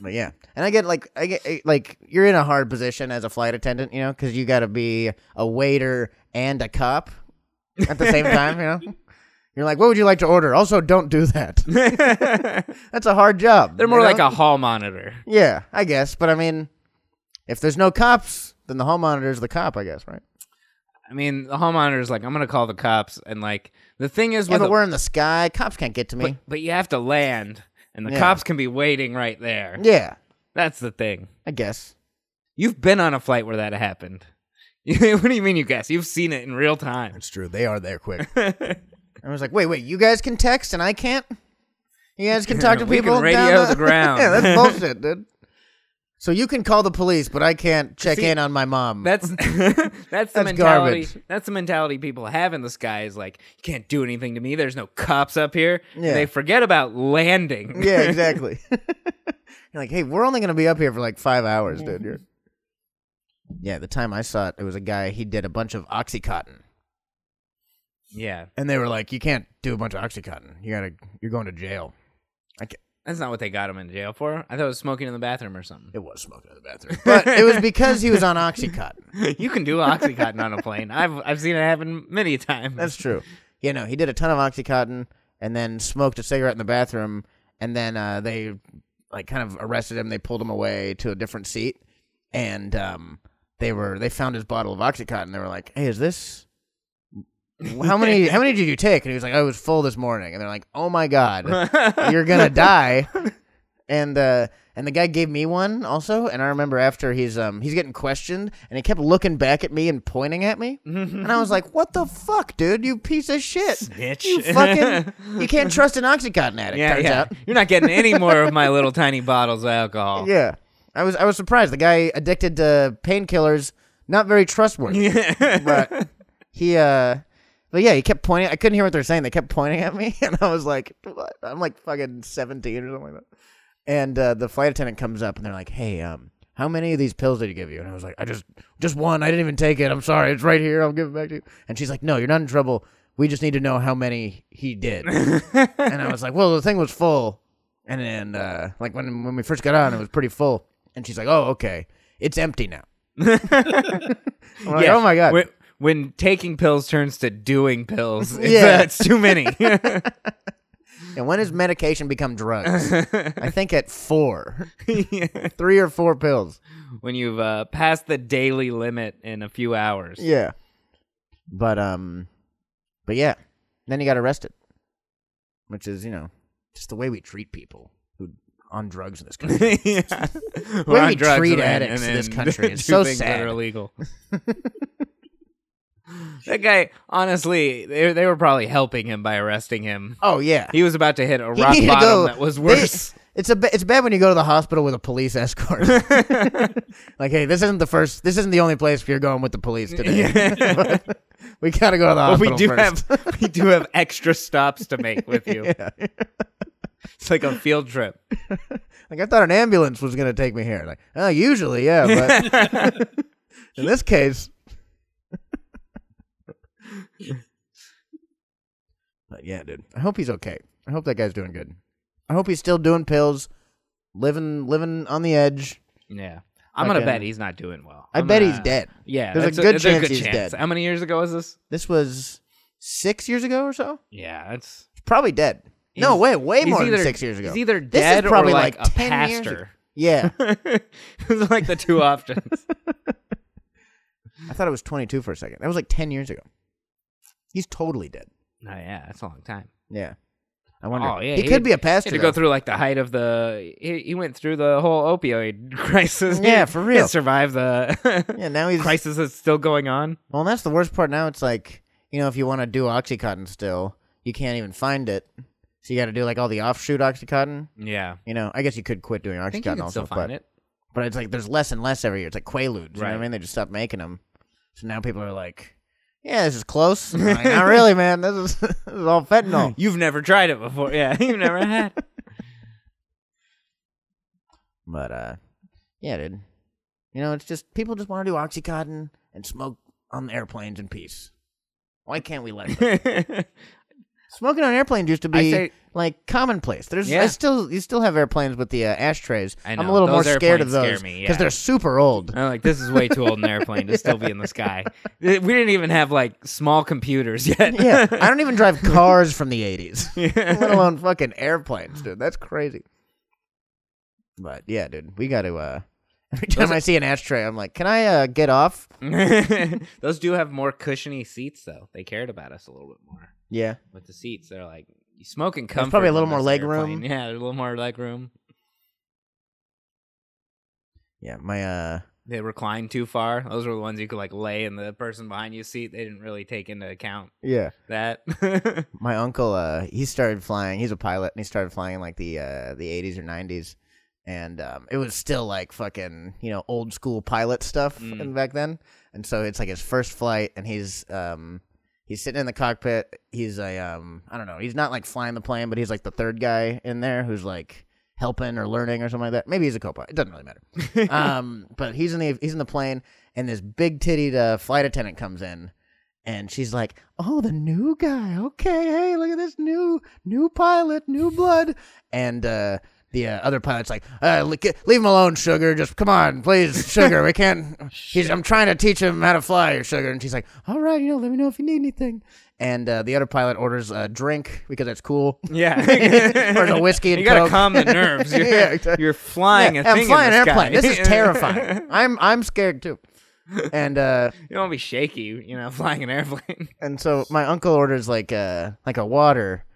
Speaker 1: But yeah, and I get like I get eh, like you're in a hard position as a flight attendant, you know, because you got to be a waiter and a cop at the same time, you know. You're like, what would you like to order? Also, don't do that.
Speaker 2: They're
Speaker 1: That's a hard job.
Speaker 2: more
Speaker 1: you know?
Speaker 2: like a hall monitor.
Speaker 1: yeah, I guess. But I mean, if there's no cops, then the hall monitor's the cop, I guess, right?
Speaker 2: I mean, the hall monitor's like, I'm gonna call the cops, and like the thing is
Speaker 1: Yeah,
Speaker 2: with
Speaker 1: but
Speaker 2: a-
Speaker 1: we're in the sky. Cops can't get to me.
Speaker 2: but, but you have to land, and the
Speaker 1: Yeah.
Speaker 2: cops can be waiting right there.
Speaker 1: yeah,
Speaker 2: That's the thing.
Speaker 1: I guess.
Speaker 2: You've been on a flight where that happened. what do you mean, you guess? You've seen it in real time.
Speaker 1: It's true. They are there quick. I was like, wait, wait, you guys can text and I can't? You guys can talk to
Speaker 2: We can
Speaker 1: people? down
Speaker 2: radio the ground.
Speaker 1: yeah, that's bullshit, dude. So you can call the police, but I can't check
Speaker 2: See,
Speaker 1: in on my mom.
Speaker 2: That's that's the
Speaker 1: That's
Speaker 2: mentality.
Speaker 1: garbage.
Speaker 2: That's the mentality people have in the sky is like, you can't do anything to me. There's no cops up here. And
Speaker 1: Yeah.
Speaker 2: they forget about landing.
Speaker 1: yeah, exactly. You're like, hey, we're only gonna be up here for like five hours, dude. You're... Yeah, the time I saw it, it was a guy. He did a bunch of oxycontin,
Speaker 2: yeah,
Speaker 1: and they were like, you can't do a bunch of oxycontin. You gotta, you're going to jail.
Speaker 2: that's not what they got him in jail for. I thought it was smoking in the bathroom or something.
Speaker 1: It was smoking in the bathroom, but it was because he was on oxycontin.
Speaker 2: you can do oxycontin on a plane. I've I've seen it happen many times.
Speaker 1: That's true. You know, he did a ton of oxycontin and then smoked a cigarette in the bathroom, and then uh, they like kind of arrested him. They pulled him away to a different seat, and um, they were they found his bottle of oxycontin. They were like, "Hey, is this?" How many how many did you take? And he was like, "I was full this morning." And they're like, "Oh my god, you're gonna die!" And uh, and the guy gave me one also. And I remember after he's um he's getting questioned, and he kept looking back at me and pointing at me.
Speaker 2: Mm-hmm.
Speaker 1: And I was like, "What the fuck, dude? You piece of shit!
Speaker 2: Snitch.
Speaker 1: You fucking you can't trust an OxyContin addict."
Speaker 2: yeah,
Speaker 1: turns
Speaker 2: yeah.
Speaker 1: out,
Speaker 2: You're not getting any more of my little tiny bottles of alcohol.
Speaker 1: yeah. I was I was surprised. The guy addicted to painkillers, not very trustworthy. but he, uh, but yeah, he kept pointing. I couldn't hear what they're saying. They kept pointing at me, and I was like, what? "I'm like fucking 17 or something like that." And uh, the flight attendant comes up, and they're like, "Hey, um." How many of these pills did he give you? And I was like, I just, just one. I didn't even take it. I'm sorry. It's right here. I'll give it back to you. And she's like, No, you're not in trouble. We just need to know how many he did. and I was like, well, the thing was full. And then, uh, like when when we first got on, it was pretty full. And she's like, oh, okay, it's empty now. I'm like,
Speaker 2: Yeah.
Speaker 1: oh my god,
Speaker 2: When, when taking pills turns to doing pills, it's,
Speaker 1: Yeah.
Speaker 2: uh, it's too many.
Speaker 1: and when does medication become drugs? I think at four, three or four pills.
Speaker 2: when you've uh, passed the daily limit in a few hours.
Speaker 1: Yeah, but um, but yeah, then he got arrested, which is you know just the way we treat people who on drugs in this country.
Speaker 2: yeah.
Speaker 1: way
Speaker 2: on
Speaker 1: we
Speaker 2: drugs
Speaker 1: treat
Speaker 2: and-
Speaker 1: addicts in this country
Speaker 2: do
Speaker 1: is so
Speaker 2: things that
Speaker 1: sad.
Speaker 2: are illegal. that guy, honestly, they, they were probably helping him by arresting him.
Speaker 1: Oh yeah,
Speaker 2: He was about to hit a
Speaker 1: He
Speaker 2: rock
Speaker 1: needed to
Speaker 2: bottom
Speaker 1: go-
Speaker 2: that was
Speaker 1: they-
Speaker 2: worse.
Speaker 1: It's a ba- it's bad when you go to the hospital with a police escort. like, hey, this isn't the first. This isn't the only place you're going with the police today. we gotta go to the
Speaker 2: But
Speaker 1: hospital
Speaker 2: we do
Speaker 1: first.
Speaker 2: have we do have extra stops to make with you. It's like a field trip.
Speaker 1: Like, I thought an ambulance was gonna take me here. Like, oh, usually, yeah, but in this case. but yeah, dude. I hope he's okay. I hope that guy's doing good. I hope he's still doing pills, living living on the edge.
Speaker 2: Yeah. I'm gonna
Speaker 1: Fucking-
Speaker 2: bet he's not doing well.
Speaker 1: I
Speaker 2: I'm
Speaker 1: bet
Speaker 2: gonna-
Speaker 1: he's dead.
Speaker 2: Yeah,
Speaker 1: There's a
Speaker 2: that's
Speaker 1: good
Speaker 2: that's
Speaker 1: chance he's dead.
Speaker 2: How many years ago was this?
Speaker 1: This was six years ago or so.
Speaker 2: Yeah, that's
Speaker 1: Probably dead. no,
Speaker 2: He's-
Speaker 1: way, way
Speaker 2: he's
Speaker 1: more
Speaker 2: either-
Speaker 1: than six years ago.
Speaker 2: He's either
Speaker 1: This is
Speaker 2: dead
Speaker 1: probably
Speaker 2: or like,
Speaker 1: like
Speaker 2: a
Speaker 1: 10 years
Speaker 2: pastor.
Speaker 1: yeah,
Speaker 2: It's like the two options. Oh,
Speaker 1: I thought it was 22 for a second. That was like 10 years ago. He's totally dead.
Speaker 2: No, yeah, that's a long time.
Speaker 1: Yeah, I wonder.
Speaker 2: Oh, yeah,
Speaker 1: he,
Speaker 2: he
Speaker 1: could
Speaker 2: had-
Speaker 1: be a
Speaker 2: He
Speaker 1: pastor.
Speaker 2: had to go
Speaker 1: though.
Speaker 2: through like the height of the. He, he went through the whole opioid crisis. He-
Speaker 1: Yeah, for
Speaker 2: he
Speaker 1: real.
Speaker 2: survived the
Speaker 1: Yeah, now he's
Speaker 2: crisis that's still going on.
Speaker 1: well. That's the worst part. Now it's like you know, if you want to do OxyContin still, you can't even find it. So you got to do like all the offshoot OxyContin.
Speaker 2: Yeah,
Speaker 1: You know, I guess you could quit doing OxyContin
Speaker 2: I think you can
Speaker 1: also,
Speaker 2: still
Speaker 1: but
Speaker 2: find it.
Speaker 1: but it's like there's less and less every year. It's like Quaaludes. You know what I
Speaker 2: Right.
Speaker 1: mean? They just stopped making them. So now people are like, yeah, this is close. I'm like, Not really, man. This is this is all fentanyl.
Speaker 2: You've never tried it before. Yeah, you've never had.
Speaker 1: But uh, yeah, dude. You know, it's just people just want to do oxycontin and smoke on airplanes in peace. Why can't we let them? smoking on airplanes used to
Speaker 2: I
Speaker 1: be
Speaker 2: say-
Speaker 1: like commonplace? There's I
Speaker 2: Yeah.
Speaker 1: still you still have airplanes with the uh, ashtrays.
Speaker 2: I
Speaker 1: I'm a
Speaker 2: know.
Speaker 1: little
Speaker 2: Those
Speaker 1: more scared of
Speaker 2: airplanes
Speaker 1: those
Speaker 2: scare me,
Speaker 1: because
Speaker 2: yeah.
Speaker 1: they're super old.
Speaker 2: I'm like, this is way too old an airplane to still be in the sky. We didn't even have like small computers yet.
Speaker 1: yeah, I don't even drive cars from the '80s.
Speaker 2: Yeah.
Speaker 1: let alone fucking airplanes, dude. That's crazy. But yeah, dude, we got to. uh Every time I see an ashtray, I'm like, "Can I uh, get off?"
Speaker 2: Those do have more cushiony seats, though. They cared about us a little bit more
Speaker 1: Yeah,
Speaker 2: with the seats. They're like you smoke and
Speaker 1: There's
Speaker 2: comfort.
Speaker 1: probably a little
Speaker 2: on
Speaker 1: more
Speaker 2: this
Speaker 1: leg
Speaker 2: airplane.
Speaker 1: room.
Speaker 2: Yeah, a little more leg room.
Speaker 1: yeah. My uh,
Speaker 2: They reclined too far. Those were the ones you could like lay in the person behind you seat. They didn't really take into account
Speaker 1: yeah,
Speaker 2: that.
Speaker 1: my uncle. Uh, he started flying. He's a pilot, and he started flying in like the uh the '80s or '90s, and um, it was still like fucking you know old school pilot stuff
Speaker 2: Mm.
Speaker 1: and back then. And so it's like his first flight, and he's um. He's sitting in the cockpit. He's a um I don't know. He's not like flying the plane, but he's like the third guy in there who's like helping or learning or something like that. Maybe he's a co-pilot. It doesn't really matter. um, but he's in the he's in the plane, and this big titted uh, flight attendant comes in, and she's like, "Oh, the new guy. Okay, hey, look at this new new pilot, new blood." And uh, the uh, other pilot's like, uh, le- get- "Leave him alone, sugar. Just come on, please, sugar. We can't.
Speaker 2: Oh,
Speaker 1: He's, I'm trying to teach him how to fly, sugar." And she's like, "All right, you know, let me know if you need anything." And uh, the other pilot orders a drink because that's cool.
Speaker 2: yeah,
Speaker 1: Or the whiskey and
Speaker 2: you gotta
Speaker 1: Coke.
Speaker 2: calm the nerves. You're,
Speaker 1: Yeah, exactly.
Speaker 2: you're flying a
Speaker 1: Yeah,
Speaker 2: thing
Speaker 1: I'm flying
Speaker 2: in the
Speaker 1: an airplane.
Speaker 2: sky.
Speaker 1: This is terrifying. I'm I'm scared too. And uh,
Speaker 2: you don't want to be shaky, you know, flying an airplane.
Speaker 1: and so my uncle orders like a like a water,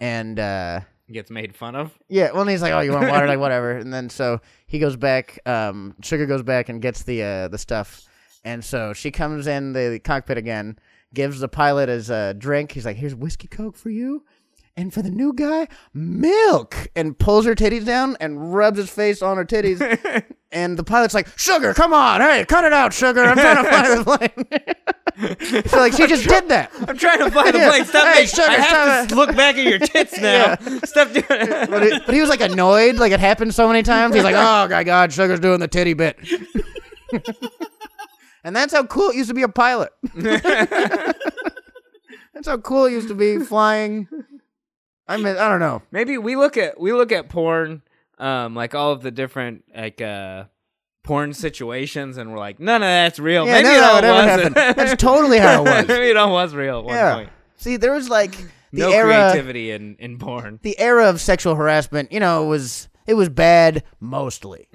Speaker 1: and uh,
Speaker 2: Gets made fun of.
Speaker 1: yeah, well, and he's like, "Oh, you want water? like whatever." And then so he goes back. Um, Sugar goes back and gets the uh, the stuff, and so she comes in the, cockpit again, gives the pilot his uh, drink. He's like, "Here's whiskey coke for you." And for the new guy, milk, and pulls her titties down and rubs his face on her titties, and the pilot's like, "Sugar, come on, hey, cut it out, sugar! I'm trying to fly the plane." so like, she just did that.
Speaker 2: I'm trying to fly the
Speaker 1: Yeah.
Speaker 2: plane. Stop
Speaker 1: Hey,
Speaker 2: making-
Speaker 1: sugar,
Speaker 2: I
Speaker 1: stop
Speaker 2: have to look back at your tits now. Stop doing
Speaker 1: But, it, but he was like annoyed, like it happened so many times. He's like, "Oh my God, Sugar's doing the titty bit," and that's how cool it used to be a pilot. that's how cool it used to be flying. I mean, I don't know.
Speaker 2: Maybe we look at we look at porn, um, like all of the different like uh porn situations, and we're like, none of that's real.
Speaker 1: Yeah,
Speaker 2: Maybe
Speaker 1: none of
Speaker 2: it
Speaker 1: that
Speaker 2: all
Speaker 1: would ever
Speaker 2: wasn't.
Speaker 1: happen. That's totally how it was.
Speaker 2: Maybe it all was real. At one
Speaker 1: Yeah.
Speaker 2: point.
Speaker 1: See, there was like the
Speaker 2: no
Speaker 1: era,
Speaker 2: creativity in in porn.
Speaker 1: the era of sexual harassment. You know, was it was bad mostly.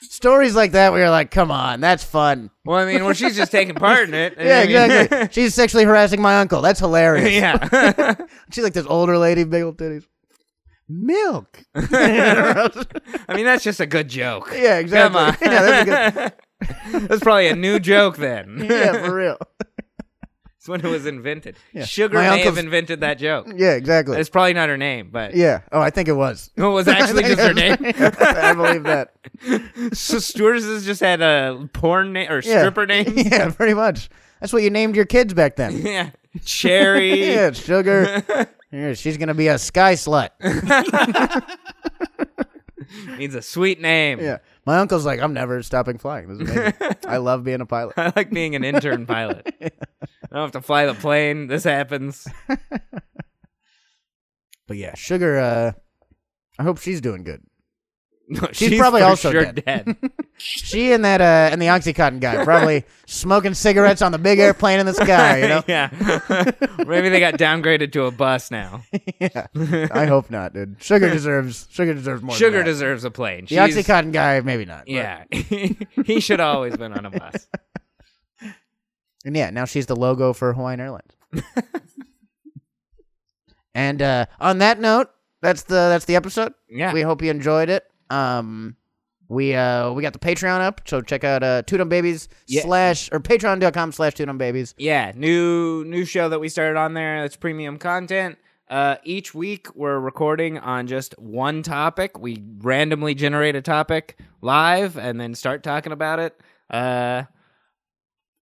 Speaker 1: Stories like that, where you're like, "Come on, that's fun."
Speaker 2: Well, I mean, well, she's just taking part in it.
Speaker 1: Yeah,
Speaker 2: I mean-
Speaker 1: exactly. She's sexually harassing my uncle. That's hilarious.
Speaker 2: yeah.
Speaker 1: She's like this older lady, big old titties. Milk.
Speaker 2: I mean, that's just a good joke.
Speaker 1: Yeah, exactly.
Speaker 2: Come on.
Speaker 1: Yeah, that's a good.
Speaker 2: That's probably a new joke then.
Speaker 1: Yeah, for real.
Speaker 2: It's when it was invented.
Speaker 1: Yeah.
Speaker 2: Sugar
Speaker 1: My
Speaker 2: may have
Speaker 1: uncle's-
Speaker 2: invented that joke.
Speaker 1: Yeah, exactly.
Speaker 2: It's probably not her name, but
Speaker 1: Yeah. Oh, I think it was.
Speaker 2: it was actually just her name.
Speaker 1: I believe that.
Speaker 2: so Stuart's has just had a porn name or
Speaker 1: Yeah.
Speaker 2: stripper name.
Speaker 1: Yeah, pretty much. That's what you named your kids back then.
Speaker 2: Yeah. Cherry.
Speaker 1: Yeah, sugar. Yeah, she's gonna be a sky slut.
Speaker 2: Means a sweet name.
Speaker 1: Yeah. My uncle's like, I'm never stopping flying. This is amazing. I love being a pilot.
Speaker 2: I like being an intern pilot. I don't have to fly the plane. This happens.
Speaker 1: But yeah, sugar. Uh, I hope she's doing good.
Speaker 2: No,
Speaker 1: She's probably
Speaker 2: for
Speaker 1: also
Speaker 2: sure
Speaker 1: dead. She and that uh, and the OxyContin guy probably smoking cigarettes on the big airplane in the sky. You know.
Speaker 2: yeah. Maybe they got downgraded to a bus now.
Speaker 1: yeah. I hope not, dude. Sugar deserves. Sugar deserves more.
Speaker 2: Sugar
Speaker 1: than that.
Speaker 2: deserves a plane.
Speaker 1: The
Speaker 2: She's-
Speaker 1: OxyContin guy, maybe not. but-
Speaker 2: Yeah. he should have always been on a bus.
Speaker 1: And yeah, now she's the logo for Hawaiian Airlines. and uh, on that note, that's the that's the episode.
Speaker 2: Yeah.
Speaker 1: We hope you enjoyed it. Um we uh we got the Patreon up, so check out uh Two Dumb Babies
Speaker 2: Yeah.
Speaker 1: slash or patreon.com slash Two Dumb Babies.
Speaker 2: Yeah, new new show that we started on there. That's premium content. Uh, each week we're recording on just one topic. We randomly generate a topic live and then start talking about it. Uh,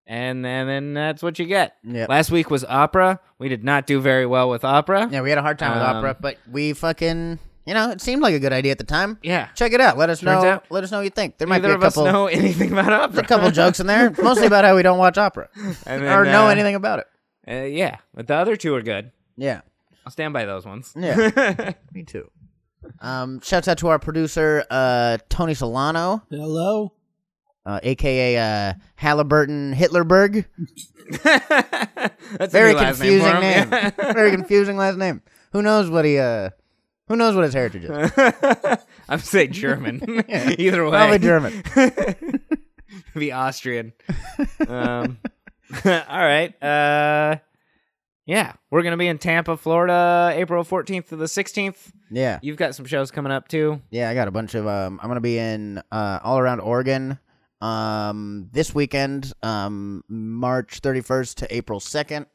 Speaker 2: and, and then that's what you get.
Speaker 1: Yep.
Speaker 2: Last week was opera. We did not do very well with opera.
Speaker 1: Yeah, we had a hard time with
Speaker 2: Um,
Speaker 1: opera, but we fucking you know, it seemed like a good idea at the time.
Speaker 2: Yeah.
Speaker 1: Check it out. Let us know
Speaker 2: Turns out-
Speaker 1: let us know what you think. There might be
Speaker 2: Neither
Speaker 1: a
Speaker 2: of us
Speaker 1: couple
Speaker 2: know anything about opera.
Speaker 1: a couple jokes in there, mostly about how we don't watch opera.
Speaker 2: And
Speaker 1: or
Speaker 2: then,
Speaker 1: know
Speaker 2: uh,
Speaker 1: anything about it.
Speaker 2: Uh, yeah, but the other two are good.
Speaker 1: Yeah.
Speaker 2: I'll stand by those ones.
Speaker 1: Yeah. Me too. Um, shouts out to our producer, uh, Tony Solano,
Speaker 3: Hello.
Speaker 1: uh, aka uh, Halliburton Hitlerberg.
Speaker 2: That's a
Speaker 1: Very
Speaker 2: new last
Speaker 1: confusing
Speaker 2: for
Speaker 1: name.
Speaker 2: him.
Speaker 1: Very confusing last name. Who knows what he uh who knows what his heritage is?
Speaker 2: I'm saying German. Either way,
Speaker 1: Probably German.
Speaker 2: be Austrian. Um, all right. Uh, yeah, we're gonna be in Tampa, Florida, April 14th to the 16th.
Speaker 1: Yeah.
Speaker 2: You've got some shows coming up too.
Speaker 1: Yeah, I got a bunch of um I'm gonna be in uh all around Oregon um this weekend, um March thirty first to April second.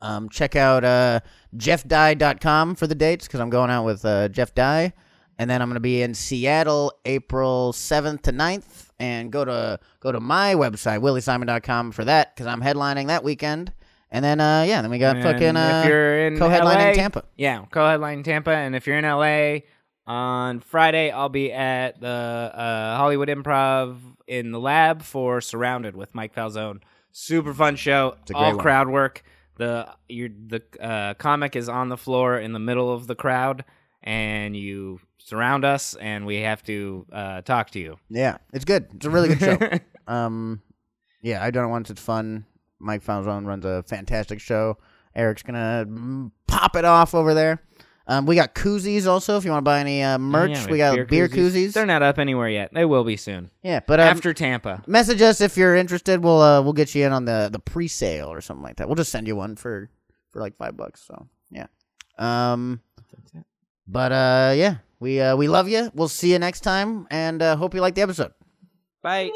Speaker 1: Um check out uh jeffdye.com for the dates because I'm going out with uh Jeff Dye. And then I'm gonna be in Seattle April seventh to 9th. and go to go to my website, williesimon.com for that, because I'm headlining that weekend. And then uh yeah, then we got
Speaker 2: And
Speaker 1: fucking uh
Speaker 2: if you're in
Speaker 1: co-headlining
Speaker 2: LA,
Speaker 1: Tampa.
Speaker 2: Yeah, co-headline Tampa. And if you're in LA on Friday, I'll be at the uh, Hollywood Improv in the lab for Surrounded with Mike Falzone. Super fun show.
Speaker 1: a great
Speaker 2: all
Speaker 1: one.
Speaker 2: crowd work. The you the uh, comic is on the floor in the middle of the crowd, and you surround us, and we have to uh, talk to you.
Speaker 1: Yeah, it's good. It's a really good show. um, yeah, I don't want it's fun. Mike Falzone runs a fantastic show. Eric's gonna mm, pop it off over there. Um, we got koozies also. If you want to buy any uh, merch,
Speaker 2: Yeah,
Speaker 1: we, got beer, koozies.
Speaker 2: They're not up anywhere yet. They will be soon.
Speaker 1: yeah, but um,
Speaker 2: After Tampa.
Speaker 1: message us if you're interested. We'll uh, we'll get you in on the the pre sale or something like that. We'll just send you one for for like five bucks. So yeah. Um, but uh, yeah, we uh, we love you. We'll see you next time, and uh, hope you like the episode.
Speaker 2: Bye.